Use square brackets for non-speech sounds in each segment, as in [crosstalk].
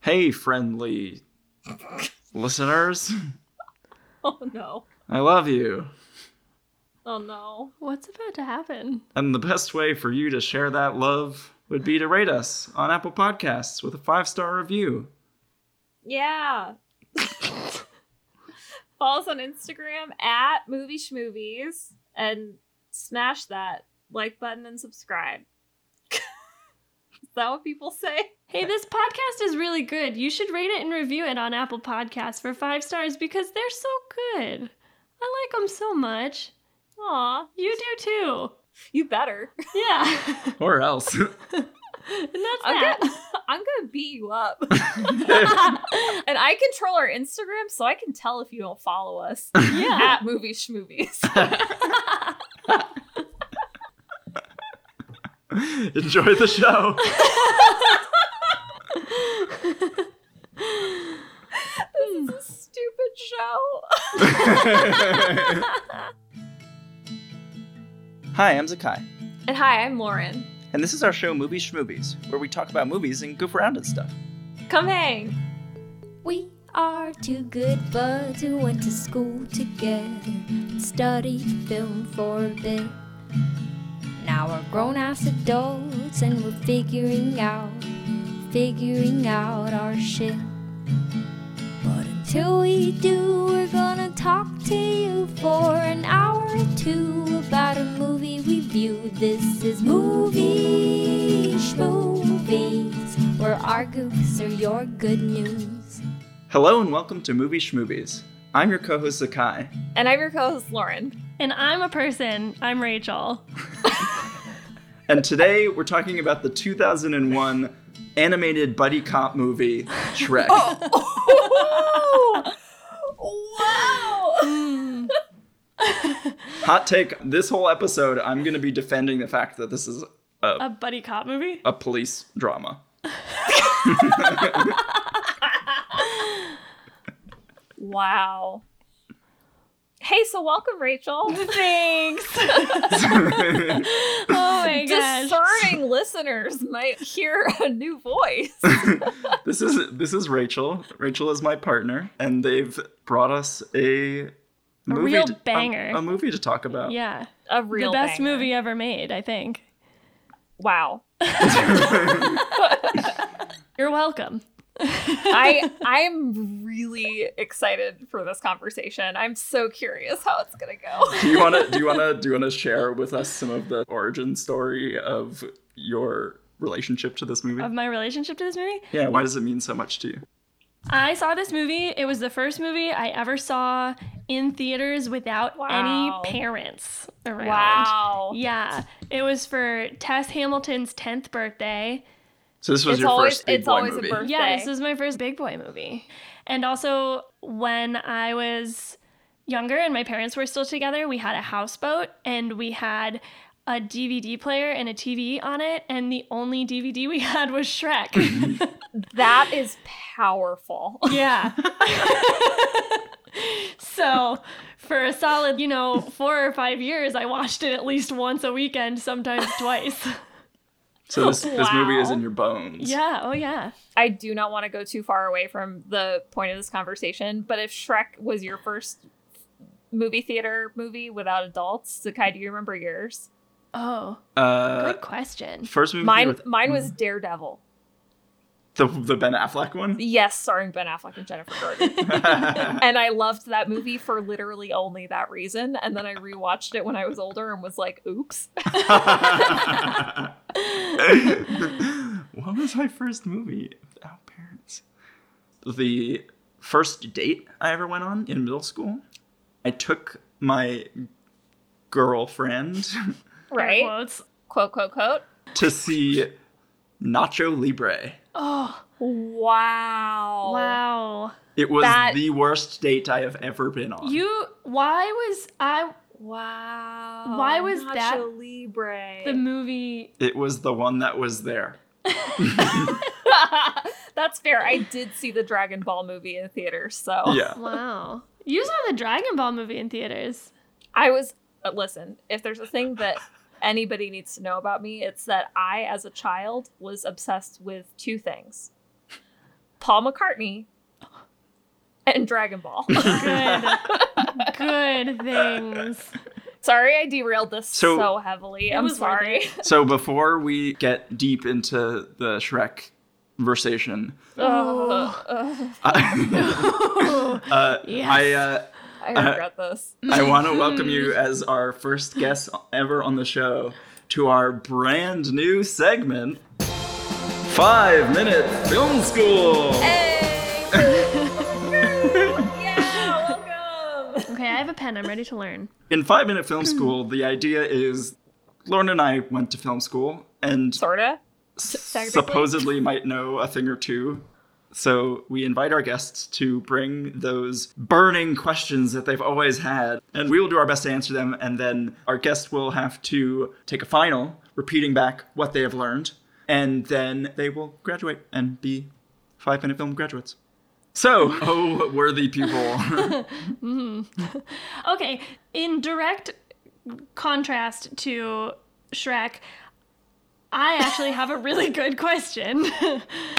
Hey, friendly listeners, [laughs] Oh no. I love you. Oh no. What's about to happen? And the best way for you to share that love would be to rate us on Apple Podcasts with a five star review. Yeah. [laughs] Follow us on Instagram at movie schmovies and smash that like button and subscribe. [laughs] Is that what people say? Hey, this podcast is really good. You should rate it and review it on Apple Podcasts for five stars because they're so good. I like them so much. Aw, You do too. you better. [laughs] Yeah. [laughs] Or else. [laughs] and that's I'm that. gonna, I'm gonna beat you up. [laughs] and I control our Instagram, so I can tell if you don't follow us yeah. at movie schmovies. Enjoy the [laughs] show. [laughs] this is a stupid show. [laughs] Hi, I'm Zakai, And hi, I'm Lauren. and this is our show Movie Schmoobies, where we talk about movies and goof around and stuff. Come hang. We are two good buds who went to school together and studied film for a bit. Now we're grown ass adults and we're figuring out, figuring out our shit. But until we do, we're gonna talk to you for an hour or two about a movie we viewed. This is Movie Schmovies, where our goofs are your good news. Hello, and welcome to Movie Schmoobies. I'm your co host Zakai. And I'm your co-host Lauren. And I'm a person. I'm Rachel. And today we're talking about the 2001 animated buddy cop movie Shrek. wow. Mm. Hot take this whole episode, I'm going to be defending the fact that this is a, A buddy [laughs] cop movie? a police drama. [laughs] Wow. Hey, so welcome, Oh Rachel. [laughs] [laughs] Thanks. Oh my gosh. Discerning listeners might hear a new [laughs] voice. this is this is Rachel. Rachel is my partner, and they've brought us a, movie real to- banger. a, movie to talk about. yeah. A real the best banger. movie ever made, I think. [laughs] Wow. You're welcome. I I'm really excited for this conversation. I'm so curious how it's gonna go. [laughs] Do you want to do you want to do you want to share with us some of the origin story of your relationship to this movie? Of my relationship to this movie? yeah, why does it mean so much to you? I saw this movie. It was the first movie I ever saw in theaters without Wow. any parents around. Wow. Yeah. It was for Tess Hamilton's 10th birthday. So this was It's your always- first big it's boy always a movie. birth- Yeah, this Birthday. was my first big boy movie. And also, when I was younger and my parents were still together, we had a houseboat and we had a DVD player and a TV on it. And the only DVD we had was Shrek. [laughs] That is powerful. [laughs] Yeah. so for a solid, you know, four or five years, I watched it at least once a weekend, [laughs] sometimes twice. So this this movie is Wow. in your bones. yeah. Oh, yeah. I do not want to go too far away from the point of this conversation, but if Shrek was your first movie theater movie without adults, Zakai, do you remember yours? Oh, Uh, good question. first movie Mine with Hmm? mine was Daredevil. the the Ben Affleck one. Yes, starring Ben Affleck and Jennifer Garner. [laughs] and I loved that movie for literally only that reason. And then I rewatched it when I was older and was like, [laughs] oops. what was my first movie without parents? The first date I ever went on in middle school, I took my girlfriend [laughs] Air Right? quotes. Quote, quote, quote. to see Nacho Libre. Oh, Wow. wow. It was That- the worst date I have ever been on. You, why was I Wow. Why was Nacho that Libre. the movie? it was the one that was there. [laughs] That's fair. I did see the Dragon Ball movie in theater, so Yeah. Wow. You saw the Dragon Ball movie in theaters. I was. But listen, if there's a thing that anybody needs to know about me, it's that I, as a child, was obsessed with two things: Paul McCartney and Dragon Ball. [laughs] [laughs] Good. Good things. sorry, I derailed this so, So- heavily. It I'm was worth sorry. it. So before we get deep into the Shrek conversation, [laughs] Oh. Ugh, ugh, uh, [laughs] uh, Yes. I uh, I regret this. I want to welcome you as our first guest ever on the show to our brand new segment, Five Minute Film School. Hey! yeah, welcome. Okay, I have a pen. I'm ready to learn. In Five Minute Film School, the idea is Lauren and I went to film school and Sorta. technically. supposedly might know a thing or two. So we invite our guests to bring those burning questions that they've always had, and we will do our best to answer them. And then our guest will have to take a final, repeating back what they have learned, and then they will graduate and be five minute film graduates. [laughs] So, oh, worthy people. [laughs] Okay, in direct contrast to Shrek, I actually have a really [laughs] good question.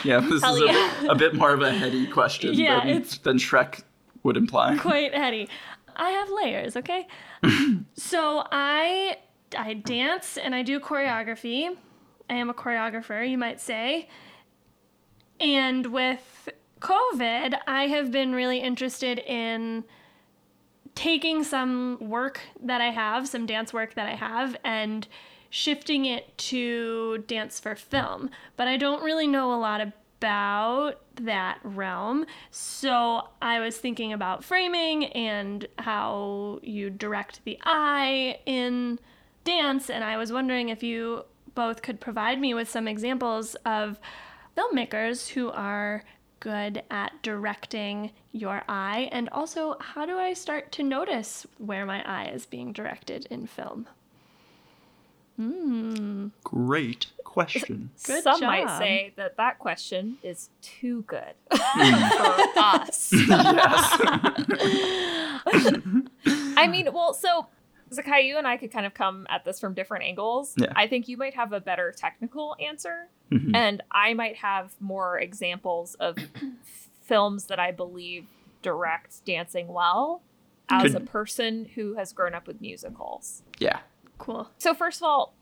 yeah, this is a, a bit more of a heady question Yeah, than, it's- than Shrek would imply. Quite heady. I have layers, okay? so I I dance and I do choreography. I am a choreographer, you might say. And with COVID, I have been really interested in taking some work that I have, some dance work that I have, and shifting it to dance for film. But I don't really know a lot about that realm. So I was thinking about framing and how you direct the eye in dance. And I was wondering if you both could provide me with some examples of filmmakers who are good at directing your eye and also how do I start to notice where my eye is being directed in film? Great question. [laughs] Good Some might job. say that that question is too good [laughs] for Mm. us. [laughs] I mean, well, so Zakai, you and I could kind of come at this from different angles. Yeah. Mm-hmm. I think you might have a better technical answer, and I might have more examples of films that I believe direct dancing well as Could- a person who has grown up with musicals. Yeah. Cool. So first of all,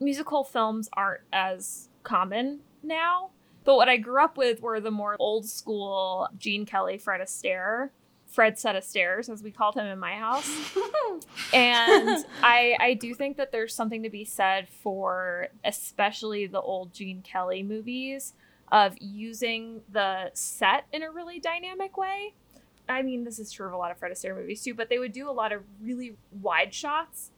musical films aren't as common now. But what I grew up with were the more old school Gene Kelly, Fred Astaire, Fred Set of Stairs, as we called him in my house. and I I do think that there's something to be said for especially the old Gene Kelly movies of using the set in a really dynamic way. I mean, this is true of a lot of Fred Astaire movies too, but they would do a lot of really wide shots.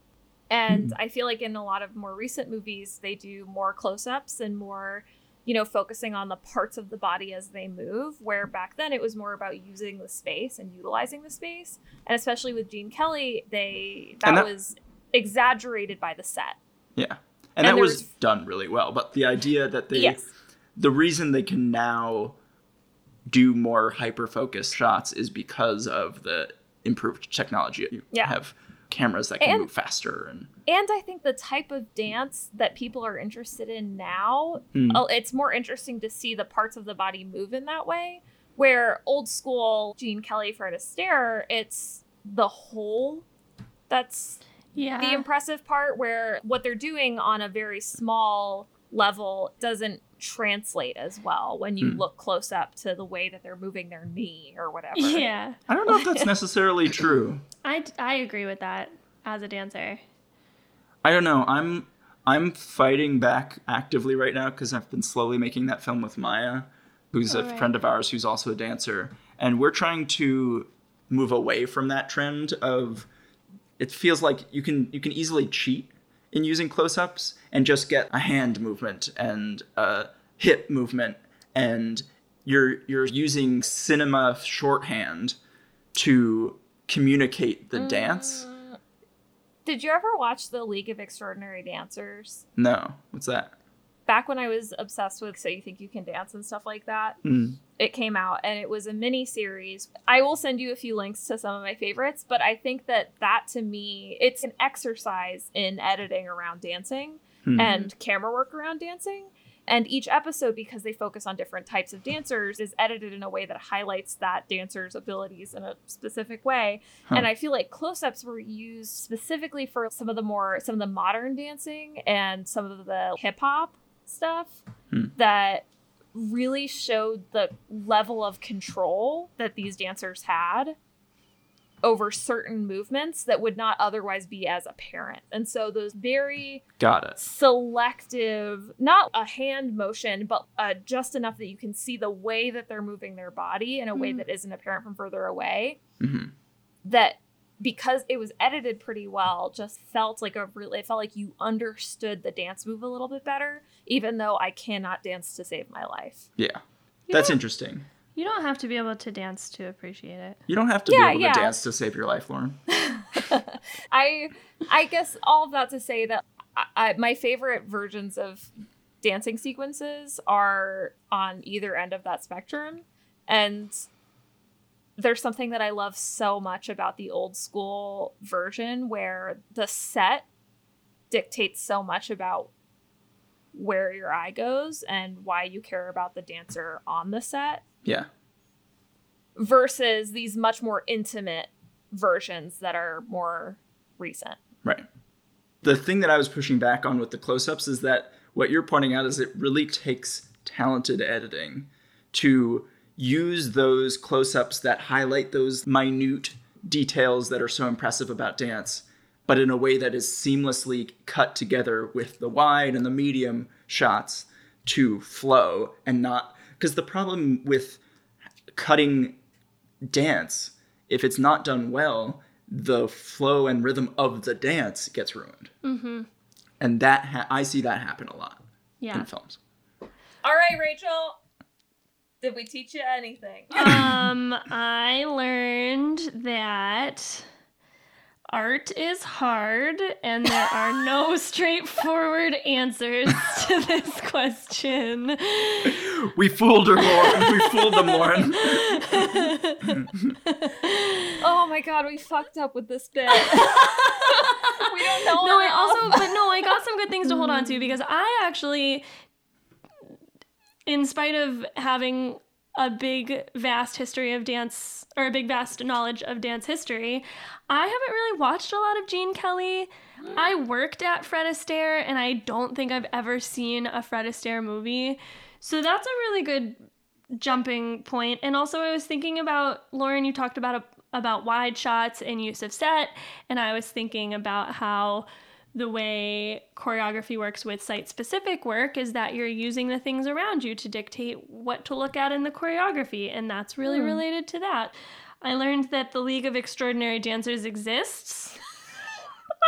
And Mm-hmm. I feel like in a lot of more recent movies, they do more close ups and more, you know, focusing on the parts of the body as they move, where back then it was more about using the space and utilizing the space. And especially with Gene Kelly, they that, And that- was exaggerated by the set. Yeah. And And, that there was, was- done really well. But the idea that they Yes. the reason they can now do more hyper focused shots is because of the improved technology. You Yeah. have cameras that can And- move faster and and I think the type of dance that people are interested in now, Mm. uh, it's more interesting to see the parts of the body move in that way. Where old school Gene Kelly, Fred Astaire, it's the whole that's Yeah. the impressive part where what they're doing on a very small level doesn't translate as well when you Hmm. look close up to the way that they're moving their knee or whatever. [laughs] yeah. I don't know if [laughs] that's necessarily true. I, I agree with that as a dancer. I don't know. I'm I'm fighting back actively right now because I've been slowly making that film with Maya, who's a Alright. friend of ours who's also a dancer, and we're trying to move away from that trend of it feels like you can you can easily cheat in using close-ups and just get a hand movement and a hip movement and you're you're using cinema shorthand to communicate the dance. Did you ever watch The League of Extraordinary Dancers? No, what's that? Back when I was obsessed with So You Think You Can Dance and stuff like that, Mm. it came out and it was a mini series. I will send you a few links to some of my favorites, but I think that that to me, it's an exercise in editing around dancing Hmm. and camera work around dancing. And each episode, because they focus on different types of dancers, is edited in a way that highlights that dancer's abilities in a specific way. Huh. And I feel like close ups were used specifically for some of the more, some of the modern dancing and some of the hip hop stuff Hmm. that really showed the level of control that these dancers had over certain movements that would not otherwise be as apparent. And so those very Got it. selective, not a hand motion, but uh, just enough that you can see the way that they're moving their body in a way Mm. that isn't apparent from further away. hmm That because it was edited pretty well, just felt like a really, it felt like you understood the dance move a little bit better, even though I cannot dance to save my life. Yeah. You That's don't- interesting. You don't have to be able to dance to appreciate it. You don't have to Yeah, be able yeah. to dance to save your life, Lauren. [laughs] I I guess all of that to say that I, I, my favorite versions of dancing sequences are on either end of that spectrum, and there's something that I love so much about the old school version where the set dictates so much about where your eye goes and why you care about the dancer on the set Yeah. versus these much more intimate versions that are more recent. Right. The thing that I was pushing back on with the close ups is that what you're pointing out is it really takes talented editing to use those close ups that highlight those minute details that are so impressive about dance, but in a way that is seamlessly cut together with the wide and the medium shots to flow and not. Because the problem with cutting dance, if it's not done well, the flow and rhythm of the dance gets ruined. Mm-hmm. And that ha- I see that happen a lot Yeah. in films. All right, Rachel. Did we teach you anything? um, I learned that art is hard and there are no straightforward answers to this question. We fooled her, Lauren. we fooled them, [laughs] Lauren. [laughs] oh my god, we fucked up with this [laughs] bit. we don't know. No, I enough. also, but no, I got some good things to hold on to because I actually, in spite of having a big, vast history of dance or a big, vast knowledge of dance history, I haven't really watched a lot of Gene Kelly. I worked at Fred Astaire and I don't think I've ever seen a Fred Astaire movie. So that's a really good jumping point. And also, I was thinking about Lauren. You talked about about wide shots and use of set, and I was thinking about how the way choreography works with site specific work is that you're using the things around you to dictate what to look at in the choreography, and that's really Hmm. related to that. I learned that the League of Extraordinary [laughs] Dancers exists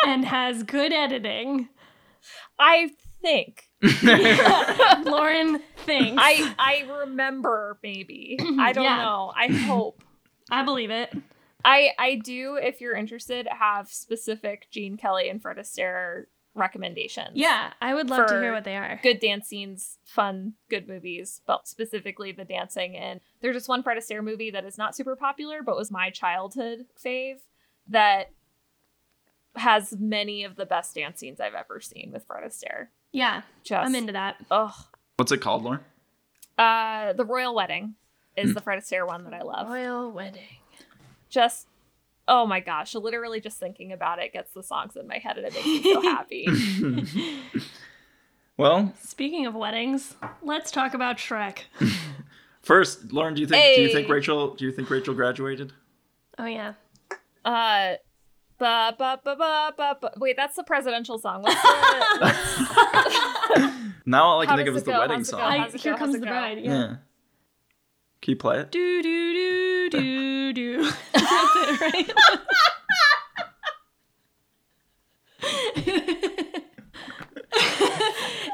and has good editing. I think Lauren thinks. I I remember [clears throat] maybe. I don't Yeah. know. I hope. I believe it. I I do if you're interested have specific Gene Kelly and Fred Astaire recommendations. Yeah, I would love to For hear what they are. good dance scenes, fun, good movies, but specifically the dancing. And there's just one Fred Astaire movie that is not super popular, but was my childhood fave that has many of the best dance scenes I've ever seen with Fred Astaire. Yeah, Just, I'm into that. Ugh. What's it called, Lauren? Uh, the Royal Wedding is the Fred Astaire one that I love. Royal wedding. Just, oh my gosh, literally just thinking about it gets the songs in my head and it makes me so happy. well, Speaking of weddings, let's talk about Shrek. first, Lauren, do you think do you think Hey. Rachel do you think Rachel graduated? Oh yeah. Uh, ba ba ba ba ba. ba- Wait, that's the presidential song. What's the, Now all I can How think of does is the it go? wedding How's it go? song. How's it here go? comes How's it the go? bride. yeah. Yeah. Can you play it? Do do do do do. [laughs] That's it, right? it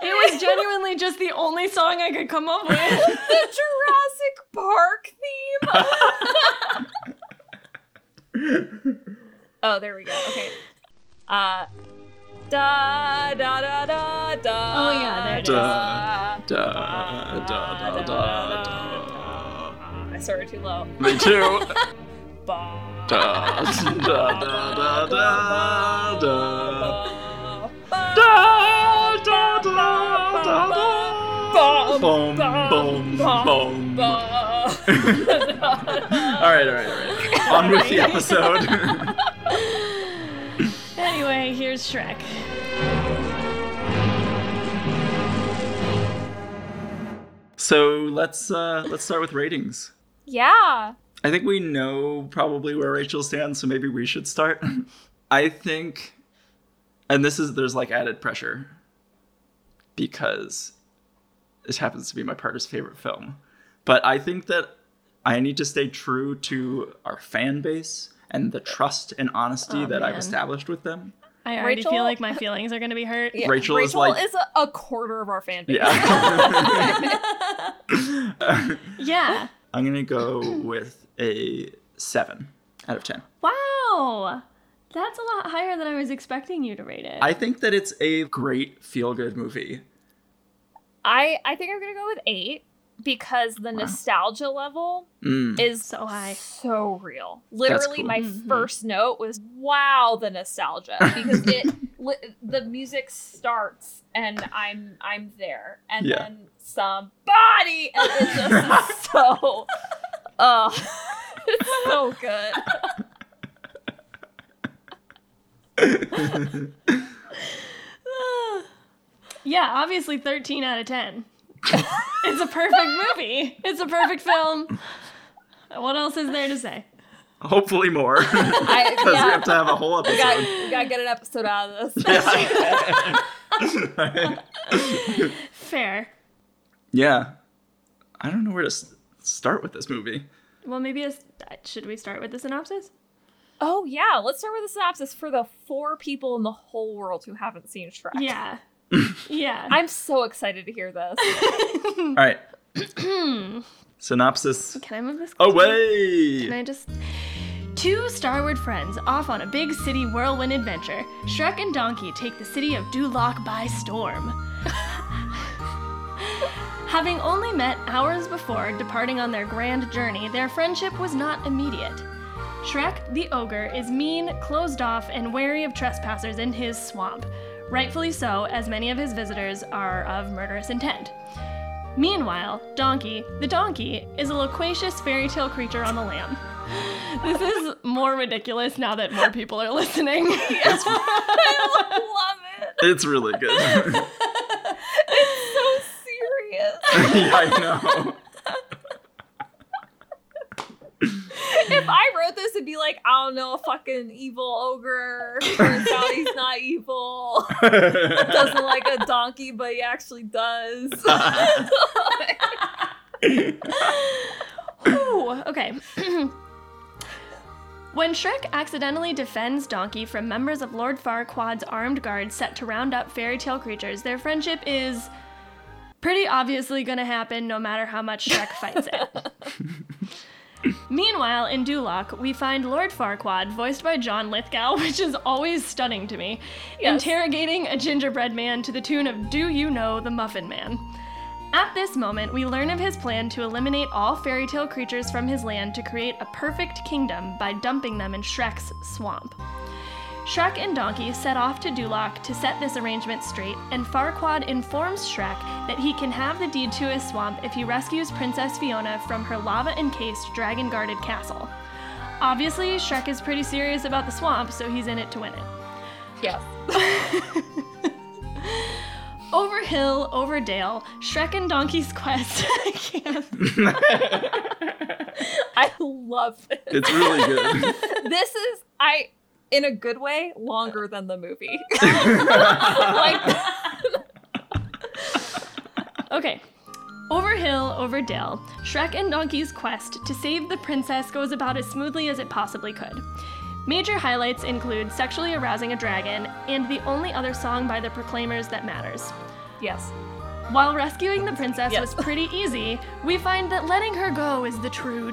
was genuinely just the only song I could come up with. [laughs] the Jurassic Park theme. oh, there we go. Okay. Uh, da da da da da. Oh, yeah, there it is. da, [laughs] Da, da, da, da, da. I started too low. Me too. [laughs] Ba, da, da, da, da, da, da. ba, ba, Da, da, da, da, da. ba, Boom, boom, bum, boom. [laughs] bum, bum. All right, all right, all right. On with the episode. [laughs] Anyway, here's Shrek. so let's uh, let's start with ratings. yeah. I think we know probably where Rachel stands, so maybe we should start. I think, and this is there's like added pressure because this happens to be my partner's favorite film, but I think that I need to stay true to our fan base and the trust and honesty Aw, that I've man. established with them. I already Rachel- feel like my feelings are gonna be hurt. yeah. Rachel is like- a, a quarter of our fan base. Yeah, [laughs] Yeah. I'm gonna go with a seven out of ten. Wow. That's a lot higher than I was expecting you to rate it. I think that it's a great feel good movie. I I think I'm gonna go with eight because the nostalgia level Mm. is So high. so real. Literally, cool. my Mhm. first note was "Wow, [laughs] the nostalgia!" because it li- the music starts and I'm I'm there, and Yeah. then somebody, and it's [laughs] just so, uh, it's so good. yeah, obviously 13 out of [laughs] 10. it's a perfect movie. It's a perfect film. What else is there to say? Hopefully more. [laughs] Because I, we yeah, have to have a whole we gotta, episode. we gotta get an episode out of [laughs] this. [laughs] Fair. yeah. I don't know where to s- start with this movie. Well, maybe a, should we start with the [laughs] synopsis? oh yeah, let's start with a synopsis for the four people in the whole world who haven't seen Shrek. Yeah. yeah. I'm so excited to hear this. [laughs] All [clears throat] right. Synopsis Can I move this? closer? Can away. I just. Two starward friends off on a big city whirlwind adventure. Shrek and Donkey take the city of Duloc by storm. [laughs] Having only met hours before departing on their grand journey, their friendship was not immediate. Shrek the ogre is mean, closed off, and wary of trespassers in his swamp. Rightfully so, as many of his visitors are of murderous intent. Meanwhile, Donkey, the donkey, is a loquacious fairy tale creature on the lamb. [gasps] This is more ridiculous now that more people are listening. Love it. It's really good. [laughs] yeah, so serious. I know. if I wrote this, it'd be like, I don't know, a fucking evil ogre. Turns out he's not evil. Doesn't like a donkey, but he actually does. [laughs] Ooh, okay. [clears throat] when Shrek accidentally defends Donkey from members of Lord Farquaad's armed guard set to round up fairy tale creatures, their friendship is pretty obviously going to happen no matter how much Shrek fights it. Meanwhile, in Duloc, we find Lord Farquaad, voiced by John Lithgow, [laughs] which is always stunning to me, Yes. interrogating a gingerbread man to the tune of Do You Know the Muffin Man? At this moment, we learn of his plan to eliminate all fairy tale creatures from his land to create a perfect kingdom by dumping them in Shrek's swamp. Shrek and Donkey set off to Duloc to set this arrangement straight, and Farquaad informs Shrek that he can have the deed to his swamp if he rescues Princess Fiona from her lava encased, dragon guarded castle. Obviously, Shrek is pretty serious about the swamp, so he's in it to win it. yes. [laughs] Over hill, over dale, Shrek and Donkey's [laughs] quest. I can't. I love it. [laughs] It's really good. This is, I, in a good way, longer than the movie. [laughs] like, Okay. Over hill, over dale, Shrek and Donkey's quest to save the princess goes about as smoothly as it possibly could. Major highlights include sexually arousing a dragon and the only other song by the Proclaimers that matters. yes. While rescuing the princess Yes. was pretty easy, we find that letting her go is the true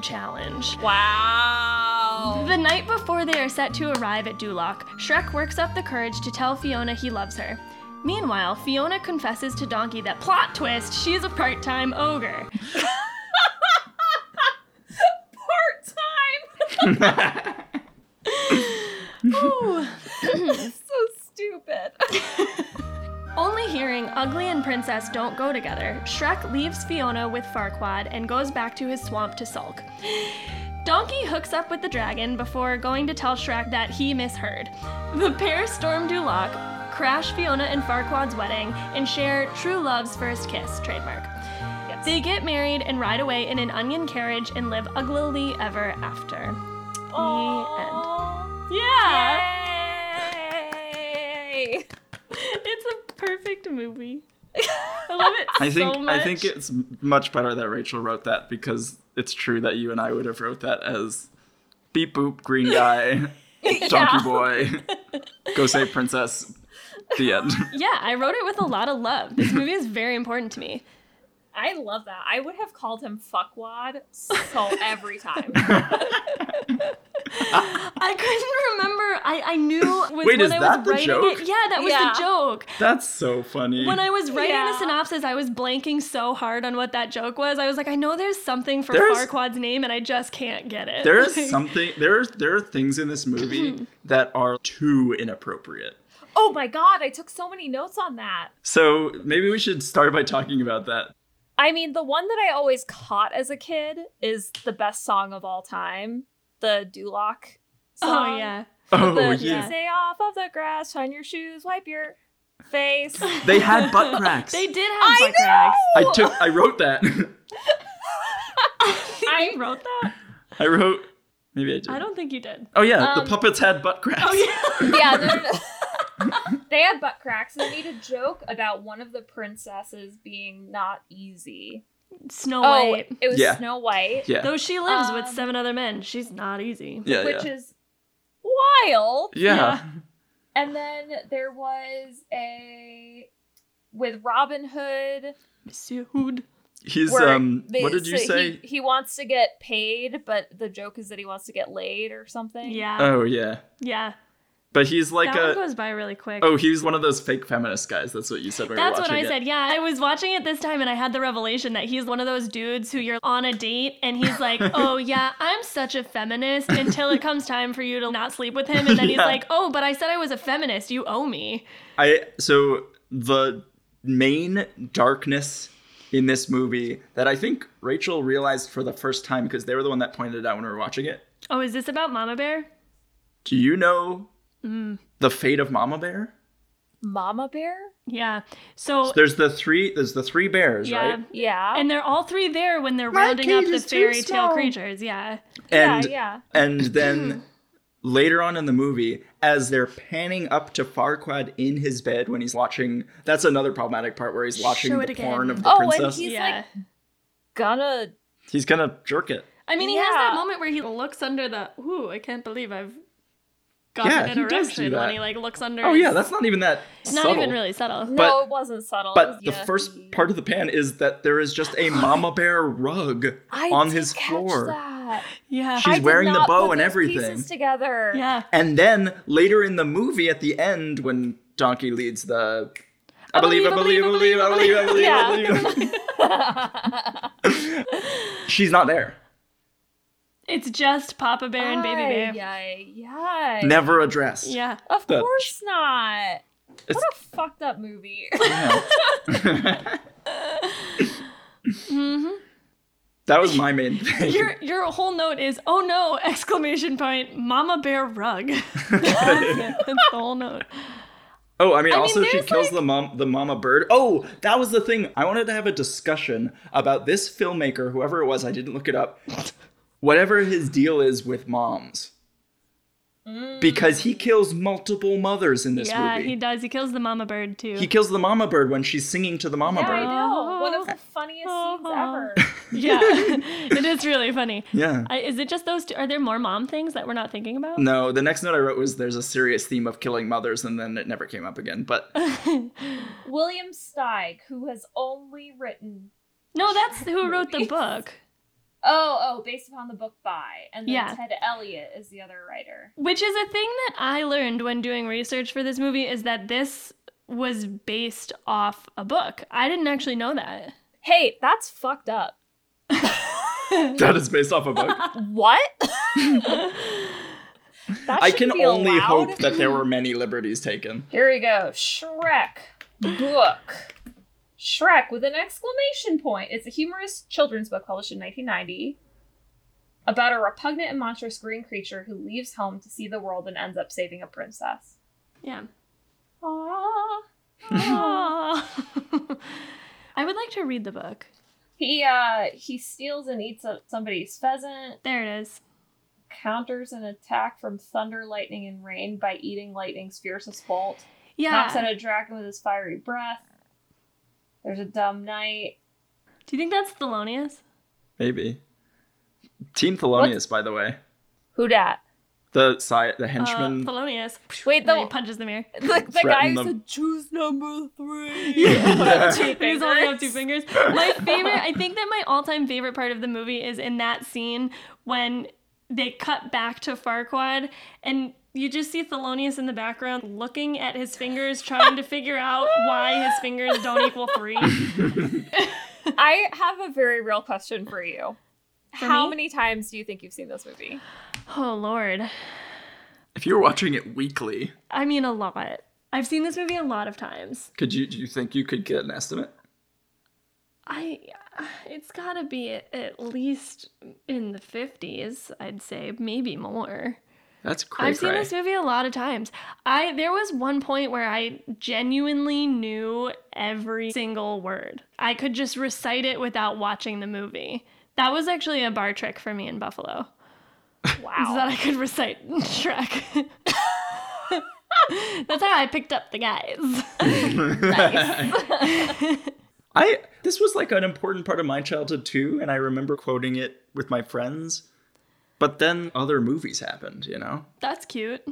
[laughs] challenge. Wow. The night before they are set to arrive at Duloc, Shrek works up the courage to tell Fiona he loves her. Meanwhile, Fiona confesses to Donkey that plot twist, she's a part time ogre. Part time. [laughs] Ooh. so stupid. [laughs] Only hearing declaring Ugly and Princess don't go together, Shrek leaves Fiona with Farquaad and goes back to his swamp to sulk. Donkey hooks up with the dragon before going to tell Shrek that he misheard. The pair storm Duloc, crash Fiona and Farquaad's wedding, and share True Love's first kiss, trademark. They get married and ride away in an onion carriage and live uglily ever after. Aw. The end. Yeah! Yay! [laughs] [laughs] It's a perfect movie. I love it I think so much. I think it's m- much better that Rachel wrote that because it's true that you and I would have wrote that as beep boop [laughs] green guy donkey Yeah. boy go save princess the end. Yeah, I wrote it with a lot of love. This movie is very important to me. I love that. I would have called him fuckwad [laughs] so every time. I couldn't remember. I, I knew it Wait, was when is I that was the writing joke? it. Yeah, that was Yeah. the joke. [laughs] That's so funny. When I was writing Yeah. the synopsis, I was blanking so hard on what that joke was. I was like, I know there's something for There's- Farquad's name, and I just can't get it. there is [laughs] Like- something there is there are things in this Mm-hmm. movie that are too inappropriate. oh my god, I took so many notes on that. So maybe we should start by talking about that. I mean, the one that I always caught as a kid is the best song of all time, the Duloc song. Oh yeah. Oh The yeah. stay off of the grass, shine your shoes, wipe your face. They had [laughs] butt cracks. They did have I butt cracks. [laughs] I took I wrote that. [laughs] I wrote that. I wrote maybe I did. I don't think you did. Oh yeah, the Um, puppets had butt cracks. Oh, yeah, no, no, no. [laughs] they had butt cracks and they made a joke about one of the princesses being not easy. [laughs] Snow Oh, White. it was Yeah. Snow White, [laughs] Yeah. Though she lives with Um, seven other men, she's not easy. yeah, which yeah. is wild. yeah. And then there was a with Robin Hood. Monsieur Hood. He's where um they- what did you so he- say? He, wants to get paid, but the joke is that he wants to get laid or something. Yeah. Oh yeah. yeah. But he's like that a one goes by really quick. Oh, he's one of those fake feminist guys. That's what you said when we were That's what I watching it. said. Yeah, I was watching it this time and I had the revelation that he's one of those dudes who you're on a date and he's [laughs] like, "Oh yeah, I'm such a feminist" until it comes time for you to not sleep with him and then he's Yeah. like, "Oh, but I said I was a feminist. You owe me." I so the main darkness in this movie that I think Rachel realized for the first time because they were the one that pointed it out when we were watching it. Oh, is this about Mama Bear? Do you know Mm. the fate of Mama Bear? Mama Bear? Yeah. So, So there's the three. There's the three bears, Oh. yeah. right? Yeah. And they're all three there when they're My rounding up cage the is too fairy tale small. creatures. Yeah. And yeah, yeah. [clears throat] and then later on in the movie, as they're panning up to Farquaad in his bed when he's watching. That's another problematic part where he's watching Show the it again. porn of the Oh, and princess. he's yeah. like Gonna he's gonna jerk it. I mean, he has that Yeah. moment where he looks under the. Ooh, I can't believe I've gotten Yeah, an he does do erection when that. he like looks under. Oh his- yeah, that's not even that. it's not subtle. even really subtle. No, it wasn't subtle. It But was the yucky. first part of the pan is that there is just a mama bear rug I on did his catch floor. that. Yeah. She's I did wearing the not bow put and those everything. Pieces together. [laughs] yeah. And then later in the movie, at the end, when Donkey leads the. I believe, I believe, I believe, I believe, I believe, I believe. I [laughs] believe. She's not there. It's just Papa Bear and Baby Bear. Yeah. Yay, yay. Never addressed. Yeah. Of That- course not. It's- What a fucked [laughs] up movie. yeah. Mm-hmm. That was my main thing. Your your whole note is oh no [laughs] exclamation point Mama Bear [laughs] rug. That's the whole note. Oh, I mean, also she there's, kills like- the mom, the mama bird. Oh, that was the thing. I wanted to have a discussion about this filmmaker, whoever it was. I didn't look it up. Whatever his deal is with moms, because he kills multiple mothers in this Mm. Yeah, movie. he does. He kills the Mama Bird too. He kills the mama bird when she's singing to the mama Yeah, I bird. know. One of the funniest [laughs] scenes ever. [laughs] yeah, it is really funny. Yeah. I, is it just those? Two? Are there more mom things that we're not thinking about? No, the next note I wrote was there's a serious theme of killing mothers, and then it never came up again. But [laughs] Mm. William Steig, who has only written No, that's who wrote the Movies. book. oh oh based upon the book by, and then Yeah. Ted Elliott is the other writer. Which is a thing that I learned when doing research for this movie is that this was based off a book. I didn't actually know that. Hey, that's fucked [laughs] up. that is based off a book. [laughs] What? that I can shouldn't be only allowed. hope that there were many liberties taken. Here we go. Shrek. book. Shrek with an exclamation point. It's a humorous children's book published in 1990 about a repugnant and monstrous green creature who leaves home to see the world and ends up saving a princess. Yeah. Aww. Aw. [laughs] I would like to read the book. He uh he steals and eats up somebody's pheasant, There it is. counters an attack from thunder, lightning, and rain by eating lightning's fiercest bolt. Yeah. Knocks out a dragon with his fiery breath. There's a dumb knight. Do you think that's Thelonious? Maybe. Team Thelonious, by the way. Who dat? The sci- the Uh, henchman. Thelonious. Wait, And then he the- punches the mirror. [laughs] [laughs] The, the guy who Threaten them. said, choose number three. Yeah. Two He's holding up two fingers. fingers. My favorite, I think that my all-time favorite part of the movie is in that scene when they cut back to Farquaad and you just see Thelonious in the background looking at his fingers, trying to figure out why his fingers don't equal [laughs] three. [laughs] I have a very real question for you. For How me? many times do you think you've seen this movie? Oh Lord. if you were watching it weekly, I mean a lot. I've seen this movie a lot of times. could you do you think you could get an estimate? I it's got to be at, at least in the 50s, I'd say, maybe more. That's crazy. I've seen this movie a lot of times. I there was one point where I genuinely knew every single word. I could just recite it without watching the movie. That was actually a bar trick for me in Buffalo. So that Wow. I could recite Shrek. That's how I picked up the guys. [laughs] I this was like an important part of my childhood too, and I remember quoting it with my friends. But then other movies happened, you know. That's cute.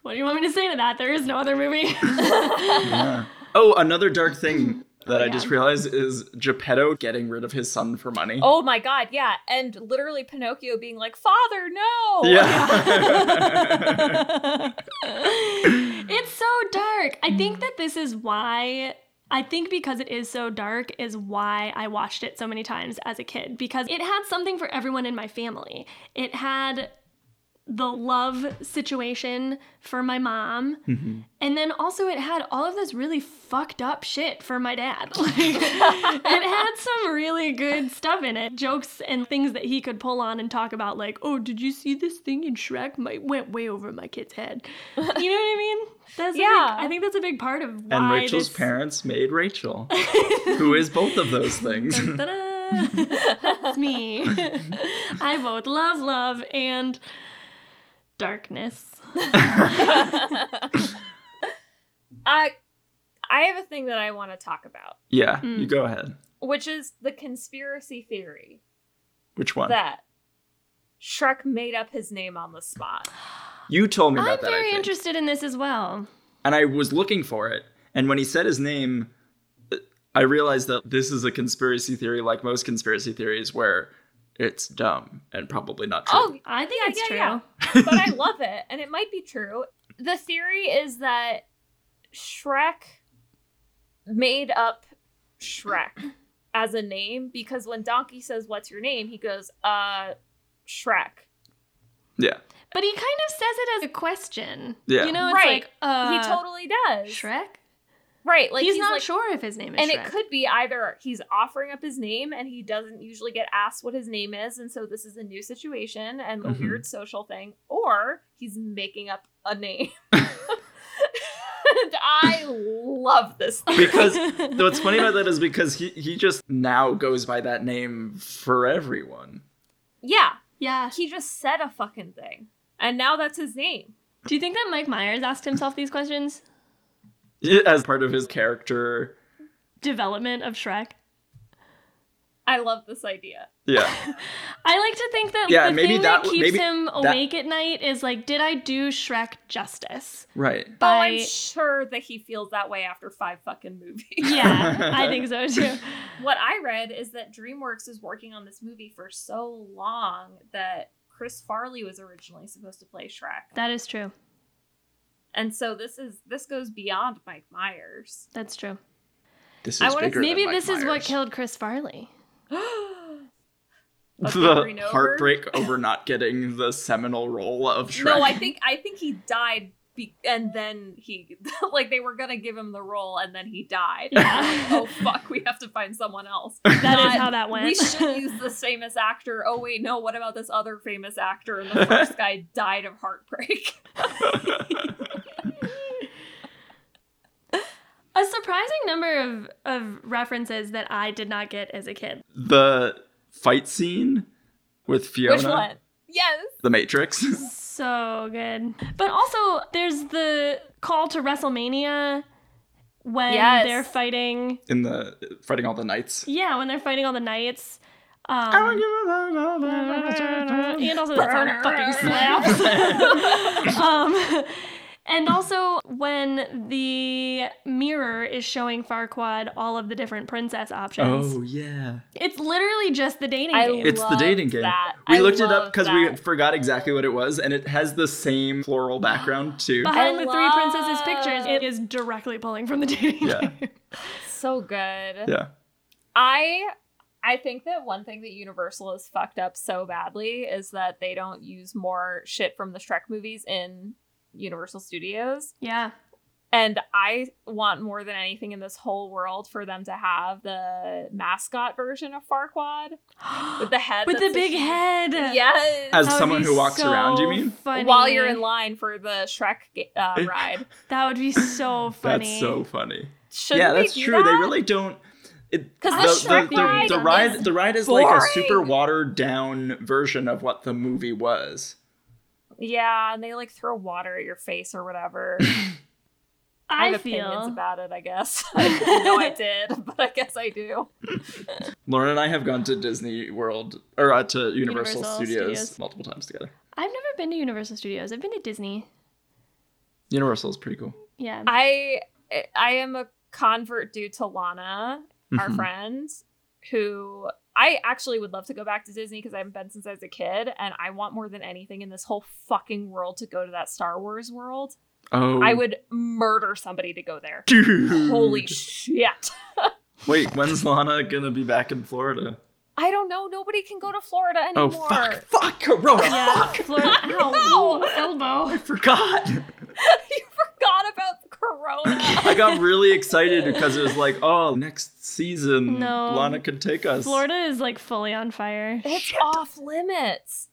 What do you want me to say to that? There is no other movie. [laughs] Oh, another dark thing Oh, that I just realized is Geppetto getting rid of his son for money. oh my god, yeah. And literally Pinocchio being like, Father, no! yeah. It's so dark. I think that this is why. I think because it is so dark is why I watched it so many times as a kid because it had something for everyone in my family. It had the love situation for my mom. Mm-hmm. And then also it had all of this really fucked up shit for my dad. [laughs] Like, it had some really good stuff in it. Jokes and things that he could pull on and talk about like, "Oh, did you see this thing in Shrek? My went way over my kid's head." You know what I mean? That's yeah. Yeah. I think that's a big part of why and Rachel's this- parents made [laughs] Rachel, who is both of those things. [laughs] Ta-da! [laughs] That's me. [laughs] I both love love and darkness. [laughs] I, I have a thing that I want to talk about, yeah, Hmm. you go ahead. which is the conspiracy theory Which one? that Shrek made up his name on the spot. You told me about I'm that. I very think. interested in this as well. and I was looking for it. And when he said his name, uh, I realized that this is a conspiracy theory, like most conspiracy theories, where it's dumb and probably not true. Oh, I think it's true. true. but I love it, and it might be true. The theory is that Shrek made up Shrek as a name because when Donkey says, What's your name? he goes, Uh, Shrek. Yeah, But he kind of says it as a question. Yeah. You know, it's Right. like, uh, he totally does. Shrek? Right. Like, he's, he's, not like, sure if his name is And Shrek. it could be either he's offering up his name and he doesn't usually get asked what his name is, and so this is a new situation and a Mhm. weird social thing, or he's making up a name. and I love this. Oh. [laughs] [laughs] Thing. because what's funny about that is because he he just now goes by that name for everyone. Yeah, Yeah. he just said a fucking thing, and now that's his name. Do you think that Mike Myers asked himself these questions? As part of his character. Development of Shrek? I love this idea. [laughs] Yeah. I like to think that Yeah, the maybe thing that that w- keeps maybe him that- awake at night is like, did I do Shrek justice? Right. Oh, I'm By- sure that he feels that way after five fucking movies. Yeah, I think so [laughs] too. What I read is that DreamWorks is working on this movie for so long that Chris Farley was originally supposed to play Shrek. That is true. And so this is this goes beyond Mike Myers. [gasps] That's true. This I is wanna- bigger than Maybe Mike this is what Myers. killed Chris [laughs] Farley. Let's the green over. heartbreak over not getting the seminal role of Shrek. No, I think I think he died Be- and then he, [laughs] like, they were gonna give him the role, and then he died. Yeah. [laughs] Like, oh fuck, we have to find someone [laughs] else. That is Not- how that went. We [laughs] should use this famous actor. Oh wait, no. What about this other famous actor? And the [laughs] first guy died of heartbreak. [laughs] a surprising number of, of references that I did not get as a kid. [laughs] The fight scene with Fiona, Which one? Yes. the Matrix. [laughs] So good. But also, there's the call to WrestleMania when Yes. they're fighting. in the fighting all the knights. Yeah, when they're fighting all the knights. I don't Um, give a- and also that song fucking [laughs] slaps. um, and also when the mirror is showing Farquaad all of the different princess options. Oh yeah, It's literally just the dating I game. it's the loved dating game. that. We I looked it up loved because we that. forgot exactly what it was, and it has the same floral background too. Behind I the three princesses pictures, love- it is directly pulling from the dating Yeah. game. [laughs] So good. Yeah, I I think that one thing that Universal has fucked up so badly is that they don't use more shit from the Shrek movies in Universal Studios. [gasps] Yeah. And I want more than anything in this whole world for them to have the mascot version of Farquaad with the head With the that's a big huge- head. Yes. That As would someone be who walks around, you so mean? funny. while you're in line for the Shrek ga- [laughs] uh, ride. That would be so funny. that's so funny. Should yeah, that's true. They really don't. It, 'Cause the Shrek the, ride the is ride the ride is like a super boring. watered down version of what the movie was. Yeah, and they like throw water at your face or whatever. I I have opinions feel. about it, I [laughs] guess. [laughs] I didn't know I did, but I guess I do. Lauren and I have gone to Disney World or uh, to Universal, Universal Studios, Studios. multiple times together. I've never been to Universal Studios. I've been to Disney. Universal is pretty cool. Yeah. I I am a convert due to Lana, our Mhm. friend, who I actually would love to go back to Disney because I haven't been since I was a kid, and I want more than anything in this whole fucking world to go to that Star Wars world. Oh, I would murder somebody to go there. Dude. Holy shit. Wait, when's Lana gonna be back in Florida? I don't know. Nobody can go to Florida Oh anymore. fuck! Fuck Corona! yeah. Fuck! [laughs] Florida. Ow, ooh, elbow. I [laughs] forgot. [laughs] you forgot about Corona. [laughs] I got really excited because it was like, oh, next season, No. Lana can take us. Florida is like fully on fire. It's off limits.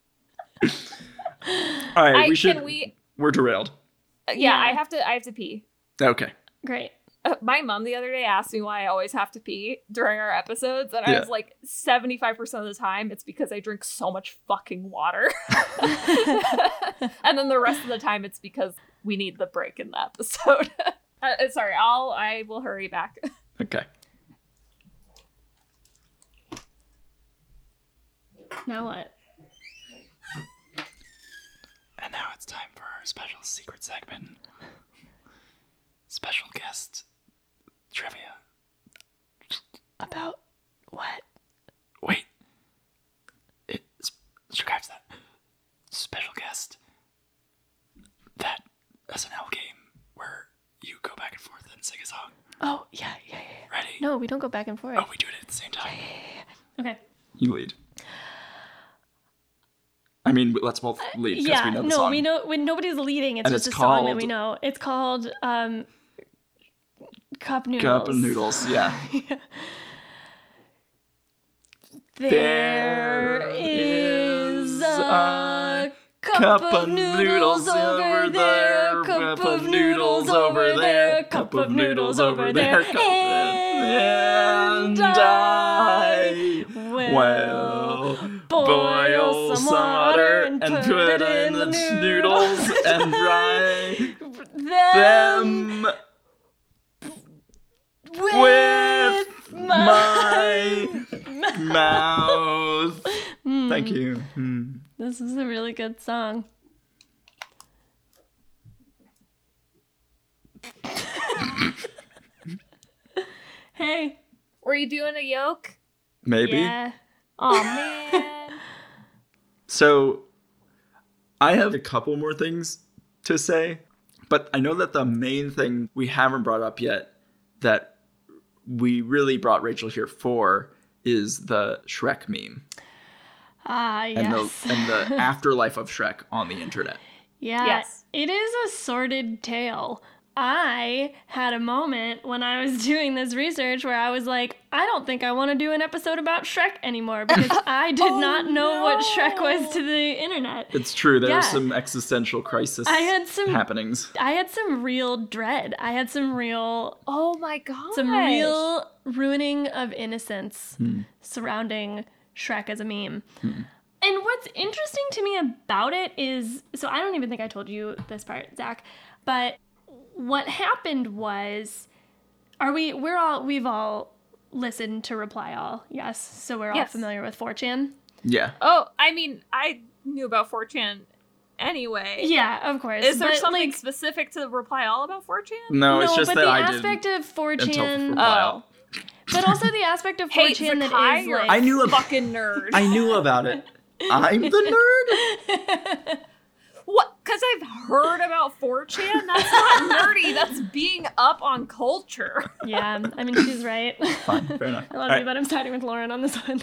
All right, I, we should. Can we? We're derailed. Uh, Yeah, Yeah. I have to. I have to pee. Okay. Great. Uh, My mom the other day asked me why I always have to pee during our episodes, and I Yeah. was like, seventy five percent of the time, it's because I drink so much fucking [laughs] water, [laughs] and then the rest of the time, it's because we need the break in the episode. [laughs] uh, uh, sorry, I'll. I will hurry back. [laughs] Okay. Now what? And now it's time for our special secret segment. Special guest trivia. About what? Wait. It describes that. Special guest. That SNL game where you go back and forth and sing a song. Oh, yeah, yeah, yeah. yeah. Ready? No, we don't go back and forth. Oh, we do it at the same time. Okay. You lead. I mean, let's both lead because yeah, we know the no, song. we know when nobody's leading. It's And just it's a song that we called- know. It's called um, cup noodles. Cup and noodles, yeah. There is a cup, of noodles over there, cup of noodles over there, cup of noodles over there, cup of- and and I I will will boil some water and put it in the noodles and [laughs] fry them them with with my. [laughs] my mouth. Thank you. Hmm. This is a really good song. [laughs] hey. Were you doing a yoke? Maybe. Yeah. Oh [laughs] man. So I have a couple more things to say, but I know that the main thing we haven't brought up yet that we really brought Rachel here for is the Shrek meme Ah, and yes. the and the afterlife of Shrek on the internet. [laughs] Yeah. Yes. It is a sordid tale. I had a moment when I was [laughs] doing this research where I was like, I don't think I want to do an episode about Shrek anymore [laughs] because I did Oh, not know what Shrek was no. to the internet. It's true. There Yeah. are some existential crisis I had some- happenings. I had some real dread. I had some real Oh my god. some real ruining of innocence Hmm. surrounding Shrek as a meme. And what's interesting to me about it is so I don't even think I told you this part, Zach, but what happened was are we we're all we've all listened to Reply All, yes. So we're all Yes. familiar with 4chan. Yeah. Oh, I mean, I knew about 4chan anyway. Yeah, of course. Is there but, something like, specific to reply all about 4chan? No, no, it's just but that the I aspect did. of 4chan Until for a Oh. while. but also the aspect of 4chan Hey, that Zakai, is you're like a I knew ab- fucking nerd. I knew about [laughs] it. I'm the nerd. [laughs] What? Because I've heard about 4chan? That's not nerdy. That's being up on culture. Yeah, I mean she's right. [laughs] Fine, fair enough. I love All you, right. but I'm siding with Lauren on this [laughs] one.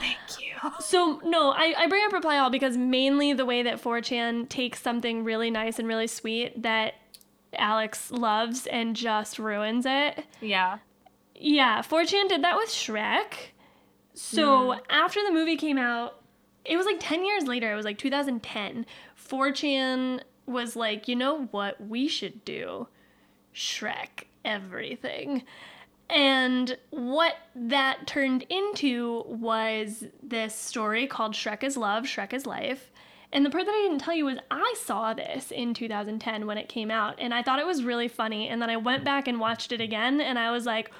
Thank you. So no, I, I bring up Reply All because mainly the way that 4chan takes something really nice and really sweet that Alex loves and just ruins it. Yeah. Yeah, 4chan did that with Shrek. So after the movie came out, it was like 10 years later, it was like 2010. 4chan was like, you know what we should do? Shrek everything. And what that turned into was this story called Shrek is Love, Shrek is Life. And the part that I didn't tell you was I saw this in 2010 when it came out, and I thought it was really funny. And then I went back and watched it again, and I was like,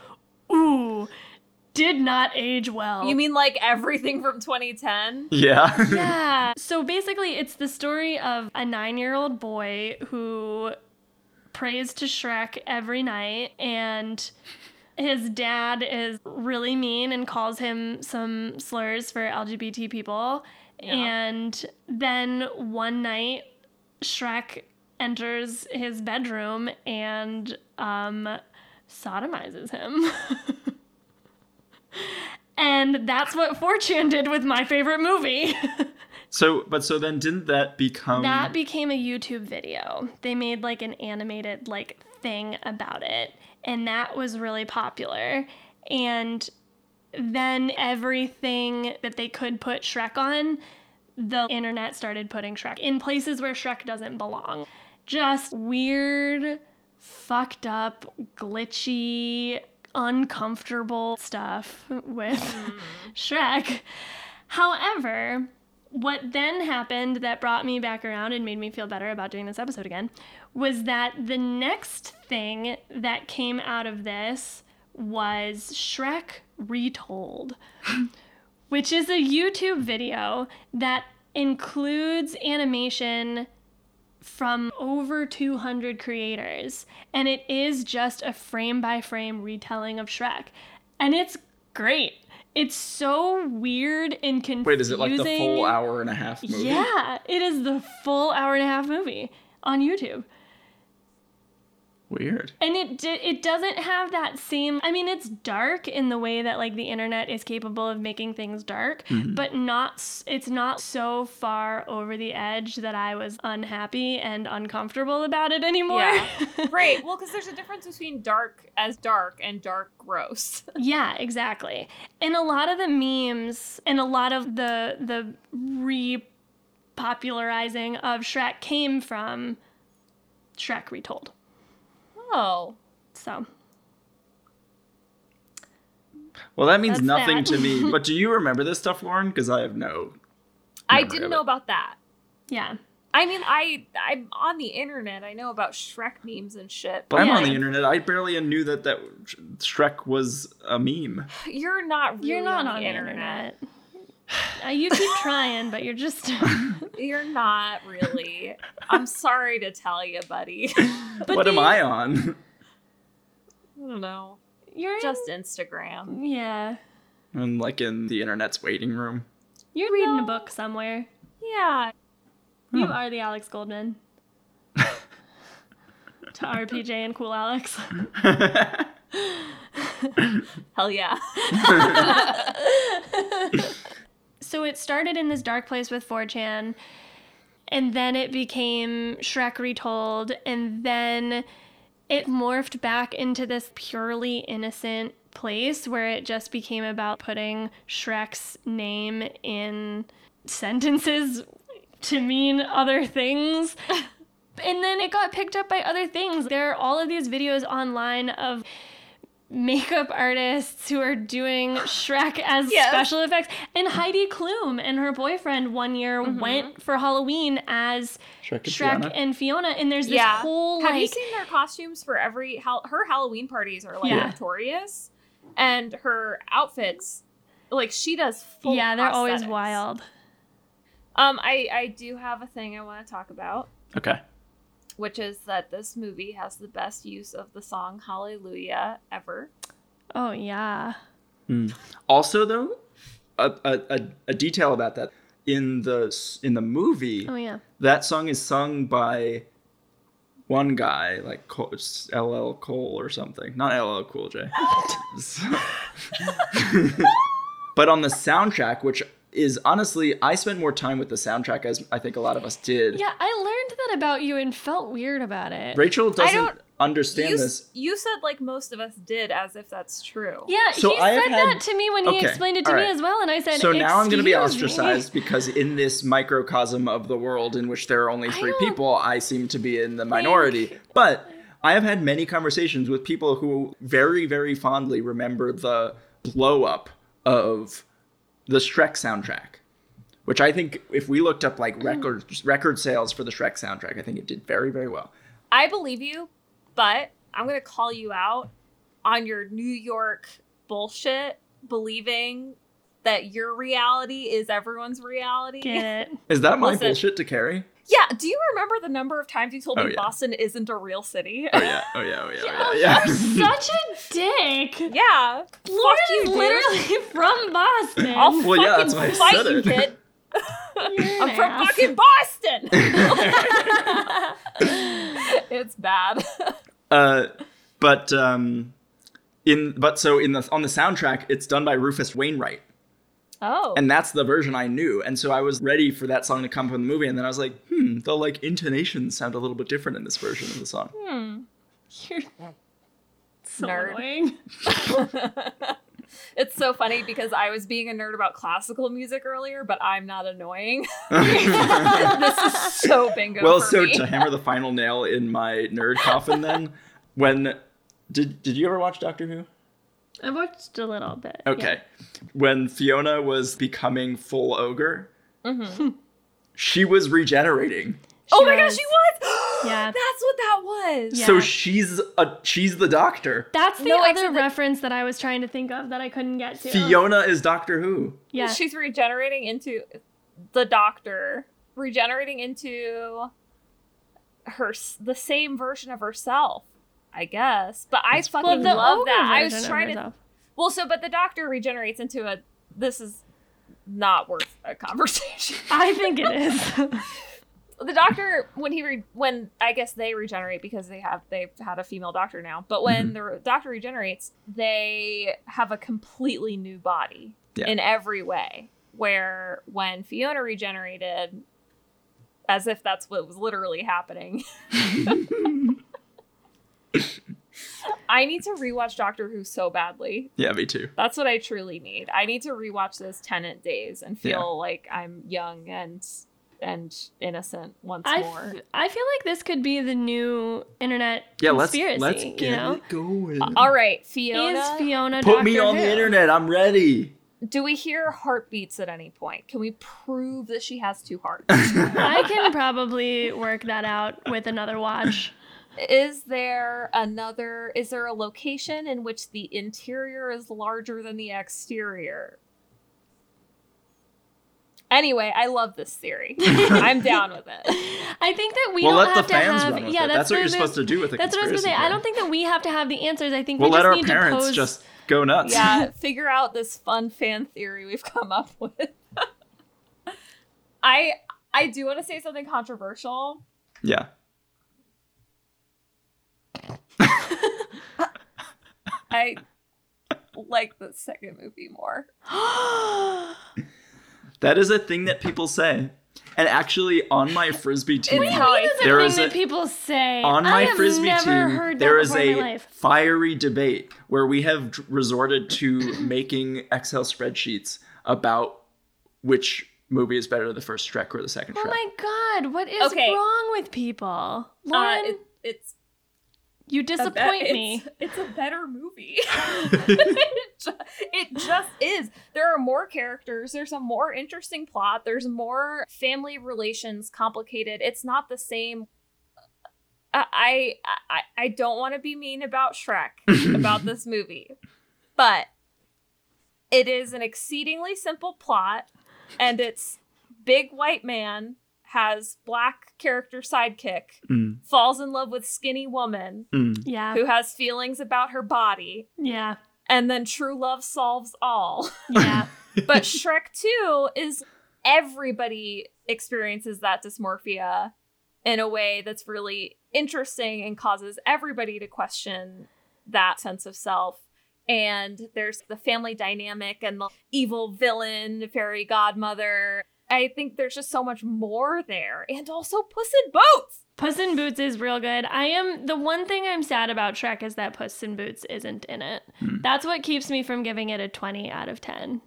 ooh, did not age well. You mean like everything from 2010? Yeah. [laughs] yeah. So basically, it's the story of a nine year old boy who prays to Shrek every night, and his dad is really mean and calls him some slurs for LGBT people. Yeah. And then one night, Shrek enters his bedroom and um, sodomizes him. [laughs] and that's what 4chan did with my favorite movie. [laughs] So, but so then didn't that become that became a YouTube video. They made like an animated like thing about it, and that was really popular. And then everything that they could put Shrek on, the internet started putting Shrek in places where Shrek doesn't belong. Just weird, fucked up, glitchy, uncomfortable stuff with [laughs] Shrek. However, what then happened that brought me back around and made me feel better about doing this episode again was that the next thing that came out of this was Shrek Retold, [laughs] which is a YouTube video that includes animation from over 200 creators and it is just a frame by frame retelling of Shrek and it's great. It's so weird and confusing. Wait, is it like the full hour and a half movie? Yeah, it is the full hour and a half movie on YouTube. Weird. And it di- it doesn't have that same I mean it's dark in the way that like the internet is capable of making things dark, but not s- it's not so far over the edge that I was unhappy and uncomfortable about it anymore. Yeah. [laughs] Right. Well, because there's a difference between dark as dark and dark gross. [laughs] Yeah, exactly. And a lot of the memes and a lot of the the repopularizing of Shrek came from Shrek Retold. Oh. So Well, that means That's nothing that. to me. But do you remember this stuff, Lauren? Because I have no. I Never heard didn't of know it. about that. yeah. I mean, I I'm on the internet. I know about Shrek memes and shit. But I'm on Yeah. the internet. I barely knew that that Sh- Shrek was a meme. You're not. Really You're not on, the internet. Uh, you [laughs] keep trying, but you're [laughs] just. You're not really. I'm sorry to tell you, buddy. [laughs] But what am the- I on? [laughs] I don't know. You're in- Just Instagram. yeah. I'm like in the internet's waiting room. [laughs] You're reading a No. Hmm. book somewhere. Yeah. You Huh. are the [laughs] Alex Goldman. to RPJ and Cool Alex. Hell yeah. so it started in this dark place with 4chan And then it became Shrek Retold. And then it morphed back into this purely innocent place where it just became about putting Shrek's name in sentences to mean other things. and then it got picked up by other things. There are all of these videos online of makeup artists who are doing Shrek as Yes. special effects. And Mm-hmm. Heidi Klum and her boyfriend one year went for Halloween as Shrek and Shrek Fiona. and Fiona. And there's this yeah. whole Have like you seen their costumes for every hal- her Halloween parties are like Yeah. notorious, and her outfits, like she does. Full yeah, they're always prosthetics. wild. Um, I I do have a thing I want to talk about, Okay. which is that this movie has the best use of the song Hallelujah ever. Oh yeah. Also, though, a, a, a, a detail about that in the s- in the movie, Oh yeah. that song is sung by one guy, like Cole, it's LL Cole or something, not LL Cool J. So- but on the soundtrack, which is honestly, I spent more time with the soundtrack as I think a lot of us did. Yeah, I learned that about you and felt weird about it. Rachel doesn't don't- understand you, s- this. you said like most of us did, as if that's true. Yeah, So he I have said had- that to me when he Okay, explained it to all me right. as well, and I said, So now I'm going to be "Excuse me." ostracized because in this microcosm of the world in which there are only three don't people, I seem to be in the minority. But I have had many conversations with people who very, very fondly remember the blow up of the Shrek soundtrack, which I think if we looked up Mm. like record record sales for the Shrek soundtrack, I think it did very, very well. I believe you, but I'm gonna call you out on your New York bullshit, believing that your reality is everyone's reality. Get it. Is that my Listen. bullshit to carry? Yeah. Do you remember the number of times you told Oh, me yeah. Boston isn't a real city? [laughs] Oh yeah, oh yeah, oh yeah, [laughs] oh, yeah. You're [laughs] yeah. [laughs] such a dick. yeah. Lauren Fuck you, is dude. literally [laughs] from Boston. I'll Well, yeah, fucking that's why I fight said you, it. kid. You're I'm an from ass. fucking Boston. [laughs] [laughs] it's bad. Uh, but um, in but so in the on the soundtrack, it's done by Rufus Wainwright, Oh. and that's the version I knew. And so I was ready for that song to come from the movie, and then I was like, hmm, the like intonations sound a little bit different in this version of the song. You're [laughs] so Nerd. annoying. it's so funny because I was being a nerd about classical music earlier, but I'm [laughs] not annoying. [laughs] this is so bingo. well, for so me. to hammer the final nail in my nerd coffin, [laughs] then when did did you ever watch Doctor Who? I watched a little bit. Okay. When Fiona was becoming full ogre, Mm-hmm. she was regenerating. oh my was. gosh, she was. [gasps] Yeah. [gasps] that's what that was. Yeah. So she's a she's the doctor. That's the No, other except that- reference that I was trying to think of that I couldn't get to. Fiona is Doctor Who. Yeah. she's regenerating into the doctor, regenerating into her s- the same version of herself. I guess, but I fucking the love older that. I was version of trying to herself. Well, so but the doctor regenerates into a. This is not worth a conversation. I think it [laughs] is. the doctor when he re- when I guess they regenerate because they have they've had a female doctor now. But when the re- doctor regenerates, they have a completely new body Yeah. in every way. Where when Fiona regenerated, as if that's what was literally happening. [laughs] I need to rewatch Doctor Who so badly. Yeah, me too. That's what I truly need. I need to rewatch those tenant days and feel Yeah. like I'm young and and innocent once I, more. f- I feel like this could be the new internet Yeah, let's conspiracy. let's you get know? it going. All right, Is Fiona. Fiona Put me Doctor on Who? the internet. I'm ready. do we hear heartbeats at any point? Can we prove that she has two hearts? I can probably work that out with another watch. is there another is there a location in which the interior is larger than the exterior? Anyway, I love this theory. I'm down with it. [laughs] I think that we well, don't let have the fans to have. run with yeah, it. that's, That's, what the- you're the- supposed to do with a That's what I was conspiracy gonna say. I theory. don't think that we have to have the answers. I think We'll we just let our need parents to pose. just go nuts. yeah, figure out this fun fan theory we've come up with. I I do want to say something controversial. [laughs] Yeah. I like the second movie more. That is a thing that people say. And actually, on my frisbee team, It's how I That's There a is thing a- that people say. on I my have frisbee never team, heard there that is before in my a life. fiery debate where we have d- resorted to [coughs] making Excel spreadsheets about which movie is better, the first Shrek or the second Oh Shrek. my god, what is Okay. wrong with people? Uh, Lauren, it, it's you a be- disappoint it's- me. It's, a better movie. it, ju- it just is. There are more characters. There's a more interesting plot. There's more family relations complicated. It's not the same. I I I, I don't want to be mean about Shrek about this movie, but it is an exceedingly simple plot, and it's big white man has black character sidekick Mm, falls in love with skinny woman mm. Yeah. who has feelings about her body, [laughs] Yeah. and then true love solves all. Yeah. But Shrek 2 is everybody experiences that dysmorphia in a way that's really interesting and causes everybody to question that sense of self. And there's the family dynamic and the evil villain, fairy godmother. I think there's just so much more there. And also Puss in Boots. Puss in Boots is real good. I am the one thing I'm sad about Shrek is that Puss in Boots isn't in it. Hmm. That's what keeps me from giving it a 20 out of 10.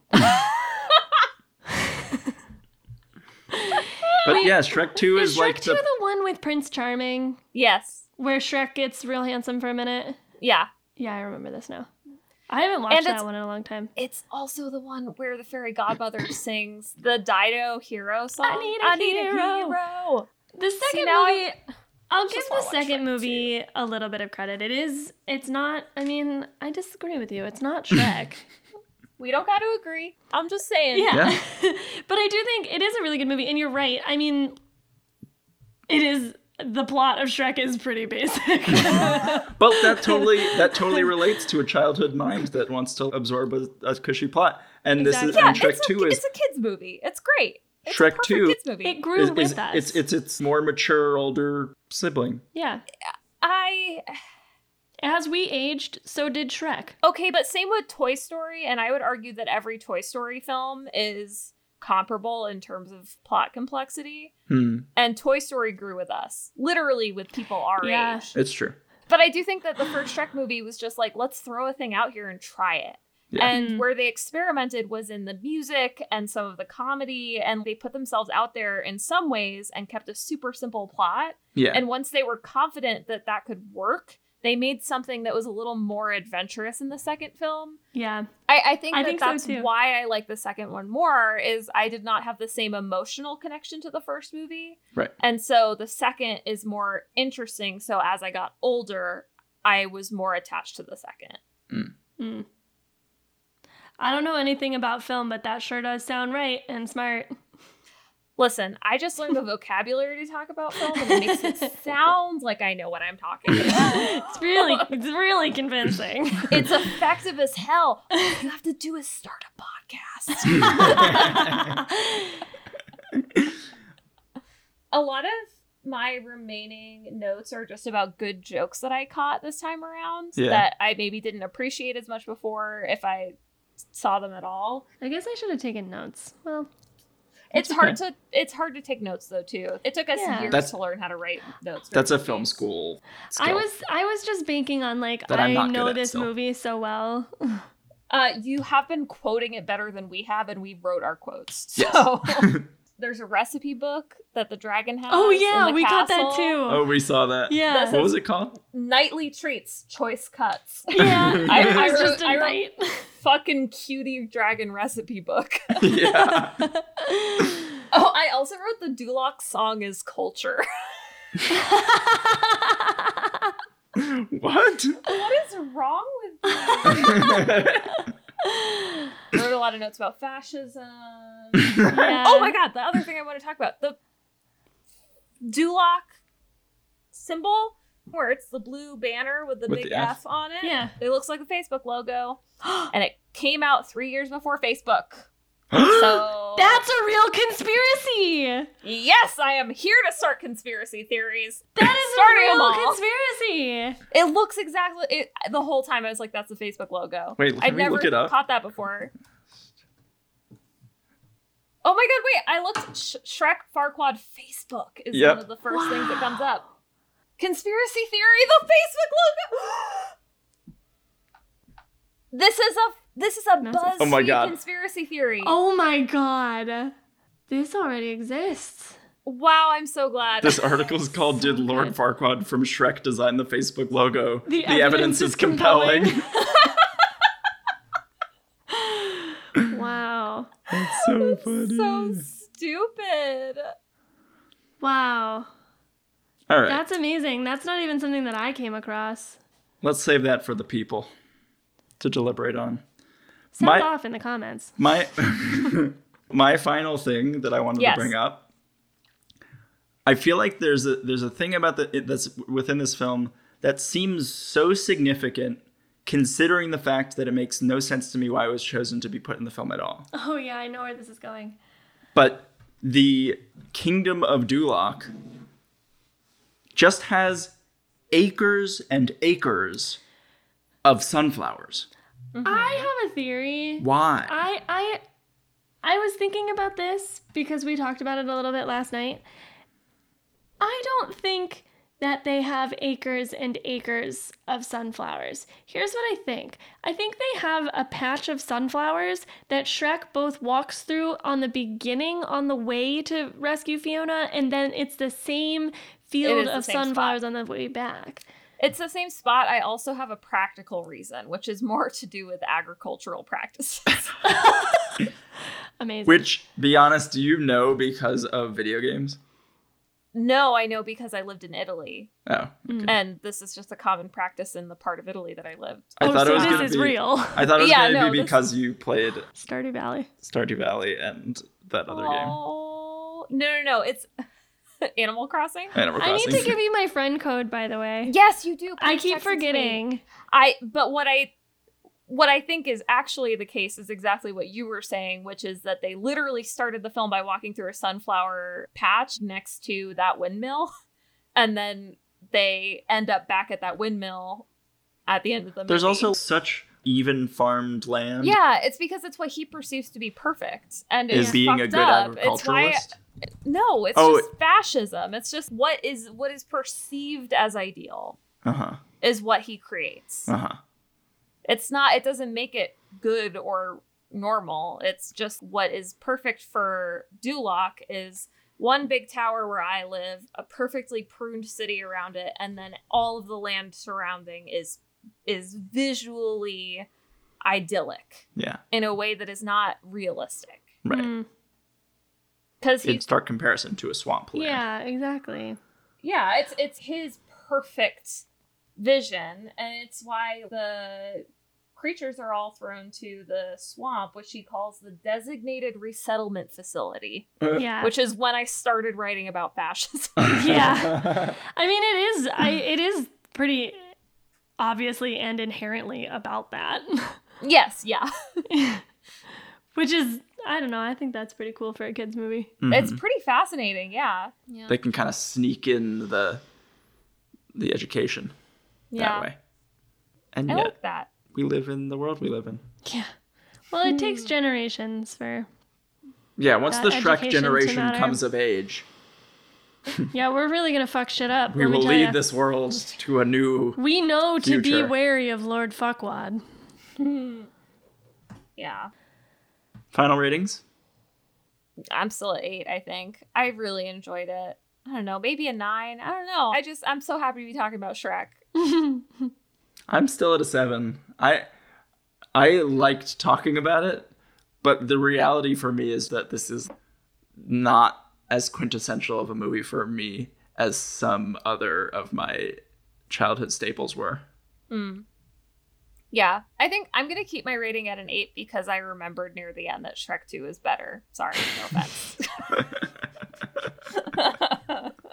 But yeah, Shrek 2 is, Is Shrek like 2 the. the... one with Prince Charming Yes. where Shrek gets real handsome for a minute? Yeah. Yeah, I remember this now. I haven't watched And that it's- one in a long time. It's also the one where the fairy godmother sings the Dido hero song. need a hero. The second now movie, I, will give just the wanna watch second Shrek movie a little bit of credit. It is, it's not. I mean, I disagree with you. It's not Shrek. We don't got to agree. I'm just saying. yeah, [laughs] but I do think it is a really good movie, and you're right. I mean, it is the plot of Shrek is pretty basic. But that totally [laughs] that totally relates to a childhood mind that wants to absorb a, a cushy plot. And this is Exactly. Yeah, and Shrek it's, Two a, is it's a kids movie. It's great. It's Shrek a perfect 2 kids movie. it grew is, with is- us. it's it's its more mature older sibling. yeah. I As we aged, so did Shrek. okay, but same with Toy Story, and I would argue that every Toy Story film is comparable in terms of plot complexity. Hmm, And Toy Story grew with us, literally with people our Yeah. age. it's true. But I do think that the first Shrek movie was just like, let's throw a thing out here and try it. Yeah. And Mm. where they experimented was in the music and some of the comedy, and they put themselves out there in some ways and kept a super simple plot. Yeah. And once they were confident that that could work, they made something that was a little more adventurous in the second film. Yeah. I, I think I that think so, that's too. why I like the second one more is I did not have the same emotional connection to the first movie. Right. And so the second is more interesting. So as I got older, I was more attached to the second. Mm. I don't know anything about film, but that sure does sound right and smart. [laughs] Listen, I just learned the vocabulary to talk about film and it makes [laughs] it sound like I know what I'm talking about. it's really it's really convincing. [laughs] It's effective as hell. All you have to do is start a podcast. [laughs] a lot of my remaining notes are just about good jokes that I caught this time around Yeah. that I maybe didn't appreciate as much before if I saw them at all. I guess I should have taken notes. Well, It's hard to it's hard to take notes though too. It took us Yeah. years That's- to learn how to write notes. [laughs] for That's a movies. film school. I skill. was I was just banking on like That I'm I not good know at this still. movie so well. Uh, you have been quoting it better than we have, and we wrote our quotes. Yes. So [laughs] there's a recipe book that the dragon has. Oh in yeah, the we got that castle. too. [laughs] Oh, we saw that. [laughs] Yeah. What was it called? [laughs] Nightly treats, choice cuts. [laughs] [laughs] Yeah. I- I It was wrote- just a I wrote- [laughs] night. Fucking cutie dragon recipe book. yeah. Oh, I also wrote the Duloc song is culture. [laughs] What? what is wrong with me? [laughs] I wrote a lot of notes about [laughs] fascism. Yeah. oh my god, the other thing I want to talk about the Duloc symbol, where it's the blue banner with the With big the F. F. on it. Yeah. It looks like the Facebook [gasps] logo. and it came out three years before Facebook. [gasps] So That's a real conspiracy. yes, I am here to start conspiracy theories. That is Starting a them real all. conspiracy. It looks exactly it, the whole time. I was like, "That's the Facebook logo." Wait, can I've we never look it up? caught that before. Oh my god, wait, I looked Sh- Shrek Farquad Facebook is Yep. one of the first things that Wow. comes up. Conspiracy theory, the Facebook logo. [gasps] this is a this is a BuzzFeed Massive. Oh my God. conspiracy theory. Oh my god. This already exists. Wow, I'm [laughs] so glad. This article is called "Did Lord good. Farquaad from Shrek Design the Facebook Logo?" The evidence is compelling." compelling. Wow. [laughs] That's so funny. so stupid. Wow. All right, That's amazing. That's not even something that I came across. let's save that for the people to deliberate on. Sound My- off in the comments. My my final thing that I wanted Yes. to bring up. I feel like there's a there's a thing about the it- that's within this film that seems so significant considering the fact that it makes no sense to me why it was chosen to be put in the film at all. Oh yeah, I know where this is going. But the kingdom of Duloc just has acres and acres of sunflowers. Mm-hmm. I have a theory. Why? I I I was thinking about this because we talked about it a little bit last night. I don't think that they have acres and acres of sunflowers. Here's what I think. I think they have a patch of sunflowers that Shrek both walks through on the beginning on the way to rescue Fiona and then it's the same is field the of same spot. sunflowers on the way back. It's the same spot. I also have a practical reason, which is more to do with agricultural practices. [laughs] Amazing. Which, be honest, do you know because of video games? no, I know because I lived in Italy, Oh, Mm. okay. and this is just a common practice in the part of Italy that I lived. I oh, thought it so was this gonna is be. real. [laughs] I thought it was Yeah, gonna no, be this- because you played Stardew Valley. Stardew Valley and that other Oh no, no, no! It's [laughs] Animal Crossing. game, Animal I need Crossing. to give you my friend code, by the way. Yes, you do. I Please keep text it to me. forgetting. I but what I what I think is actually the case is exactly what you were saying, which is that they literally started the film by walking through a sunflower patch next to that windmill, [laughs] and then they end up back at that windmill at the end of the [laughs] movie. There's also such even farmed land. yeah, it's because it's what he perceives to be perfect, and Is it's being a fucked good up. It's why agriculturalist. no, it's Oh, just fascism. It's just what is what is perceived as ideal Uh huh. is what he creates. Uh huh. it's not it doesn't make it good or normal it's just what is perfect for duloc is one big tower where i live a perfectly pruned city around it and then all of the land surrounding is is visually idyllic Yeah. in a way that is not realistic Right. Mm, because In he's stark comparison to a swamp land. yeah, exactly. yeah it's it's his perfect vision and it's why the creatures are all thrown to the swamp which he calls the designated resettlement facility Yeah. which is when i started writing about fascism [laughs] [laughs] Yeah. [laughs] I mean, it is. I it is pretty obviously and inherently about that, [laughs] yes yeah which is I don't know. I think that's pretty cool for a kids movie. Mhm. it's pretty fascinating yeah [laughs] yeah they can kind of sneak in the the education yeah that way. And i yet like that we live in the world we live in. Yeah. Well, it takes generations for. Yeah, once That the Shrek education to generation matter. comes of age, Yeah, we're really gonna fuck shit up. we let me will tell lead ya. this world to a new We know to be future. wary of Lord Fuckwad. yeah final ratings. i'm still at eight i think i really enjoyed it i don't know maybe a nine i don't know i just i'm so happy to be talking about shrek I'm still at a seven. I I liked talking about it, but the reality for me is that this is not as quintessential of a movie for me as some other of my childhood staples were. Mm. Yeah, I think I'm gonna keep my rating at an eight because I remembered near the end that Shrek Two is better. Sorry, no offense. [laughs] [laughs]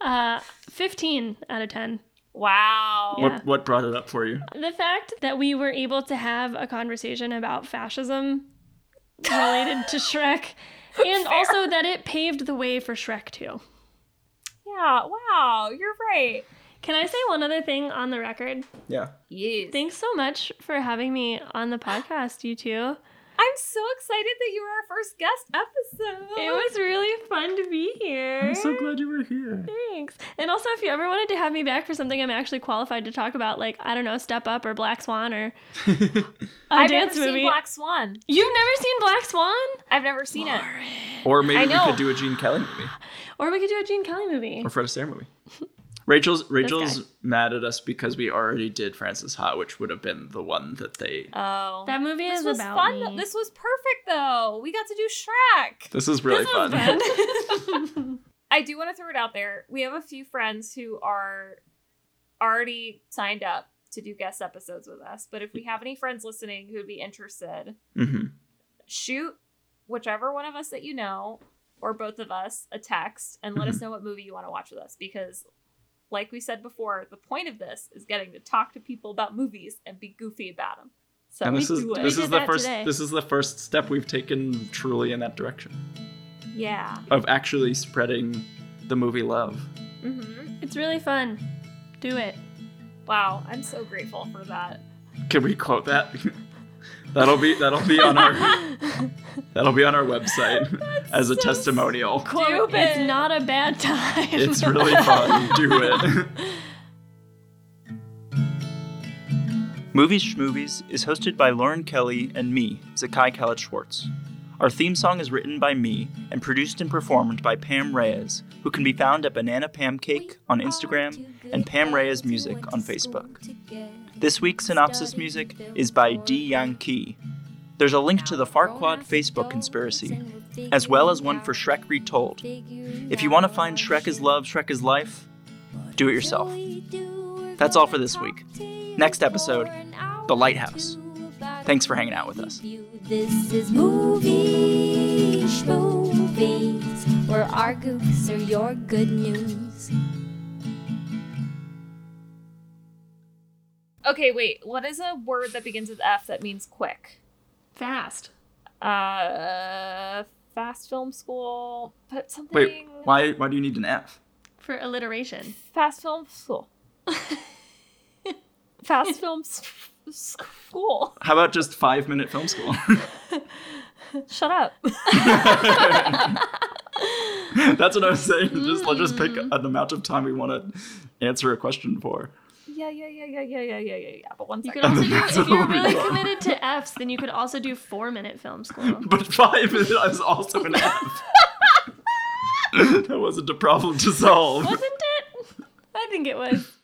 Uh, fifteen out of ten. wow. Yeah. What what brought it up for you? The fact that we were able to have a conversation about fascism related [laughs] to Shrek, and also that it paved the way for Shrek 2. Yeah. Wow. You're right. Can I say one other thing on the record? Yeah. Yes. Thanks so much for having me on the podcast, you two. I'm so excited that you were our first guest episode. It was really fun to be here. I'm so glad you were here. Thanks. And also, if you ever wanted to have me back for something I'm actually qualified to talk about, like, I don't know, Step Up or Black Swan [laughs] or a I've dance never movie. seen Black Swan. You've never seen Black Swan? I've never seen it. or I maybe we know. could do a Gene Kelly movie Or we could do a Gene Kelly movie. or Fred Astaire movie. Rachel's Rachel's guy. mad at us because we already did Francis Ha, which would have been the one that they. Oh. That movie this is was about fun. me. This was perfect though. We got to do Shrek. This is really This was fun. [laughs] [laughs] [laughs] fun. I do want to throw it out there. We have a few friends who are already signed up to do guest episodes with us, but if we have any friends listening who'd be interested, hmm shoot whichever one of us that you know or both of us a text and let Mhm. us know what movie you want to watch with us because like we said before the point of this is getting to talk to people about movies and be goofy about them so And we this is do it this We is did the that first today. this is the first step we've taken truly in that direction yeah of actually spreading the movie love. hmm it's really fun. Do it. wow i'm so grateful for that Can we quote that? [laughs] that'll be that'll be on our that'll be on our website as a so testimonial. Quote, Do it's it. not a bad [laughs] time. It's really fun. Do it. Movies Schmovies is hosted by Lauren Kelly and me, Zakai Khaled Schwartz. Our theme song is written by me and produced and performed by Pam Reyes, who can be found at Banana Pam Cake on Instagram and Pam Reyes Music on Facebook. This week's synopsis music is by D. Yang Ki. There's a link to the Farquad Facebook conspiracy, as well as one for Shrek Retold. If you want to find Shrek is Love, Shrek is Life, do it yourself. That's all for this week. Next episode, The Lighthouse. Thanks for hanging out with us. This is Movies, Movies, where our goofs are your good news. okay wait what is a word that begins with f that means quick [laughs] Fast. uh fast film school but something Wait, why why do you need an F? For alliteration. fast film [laughs] school. fast film s- school. How about just five minute film school? [laughs] Shut up. That's what I was saying. Just let's just pick an amount of time we want to answer a question for. Yeah, yeah, yeah, yeah, yeah, yeah, yeah, yeah, yeah. But one You second. could also do, That's if you're what we really want. [laughs] committed to F's, then you could also do four minute film school. But five [laughs] is is also an F. that wasn't a problem to solve. Wasn't it? I think it was.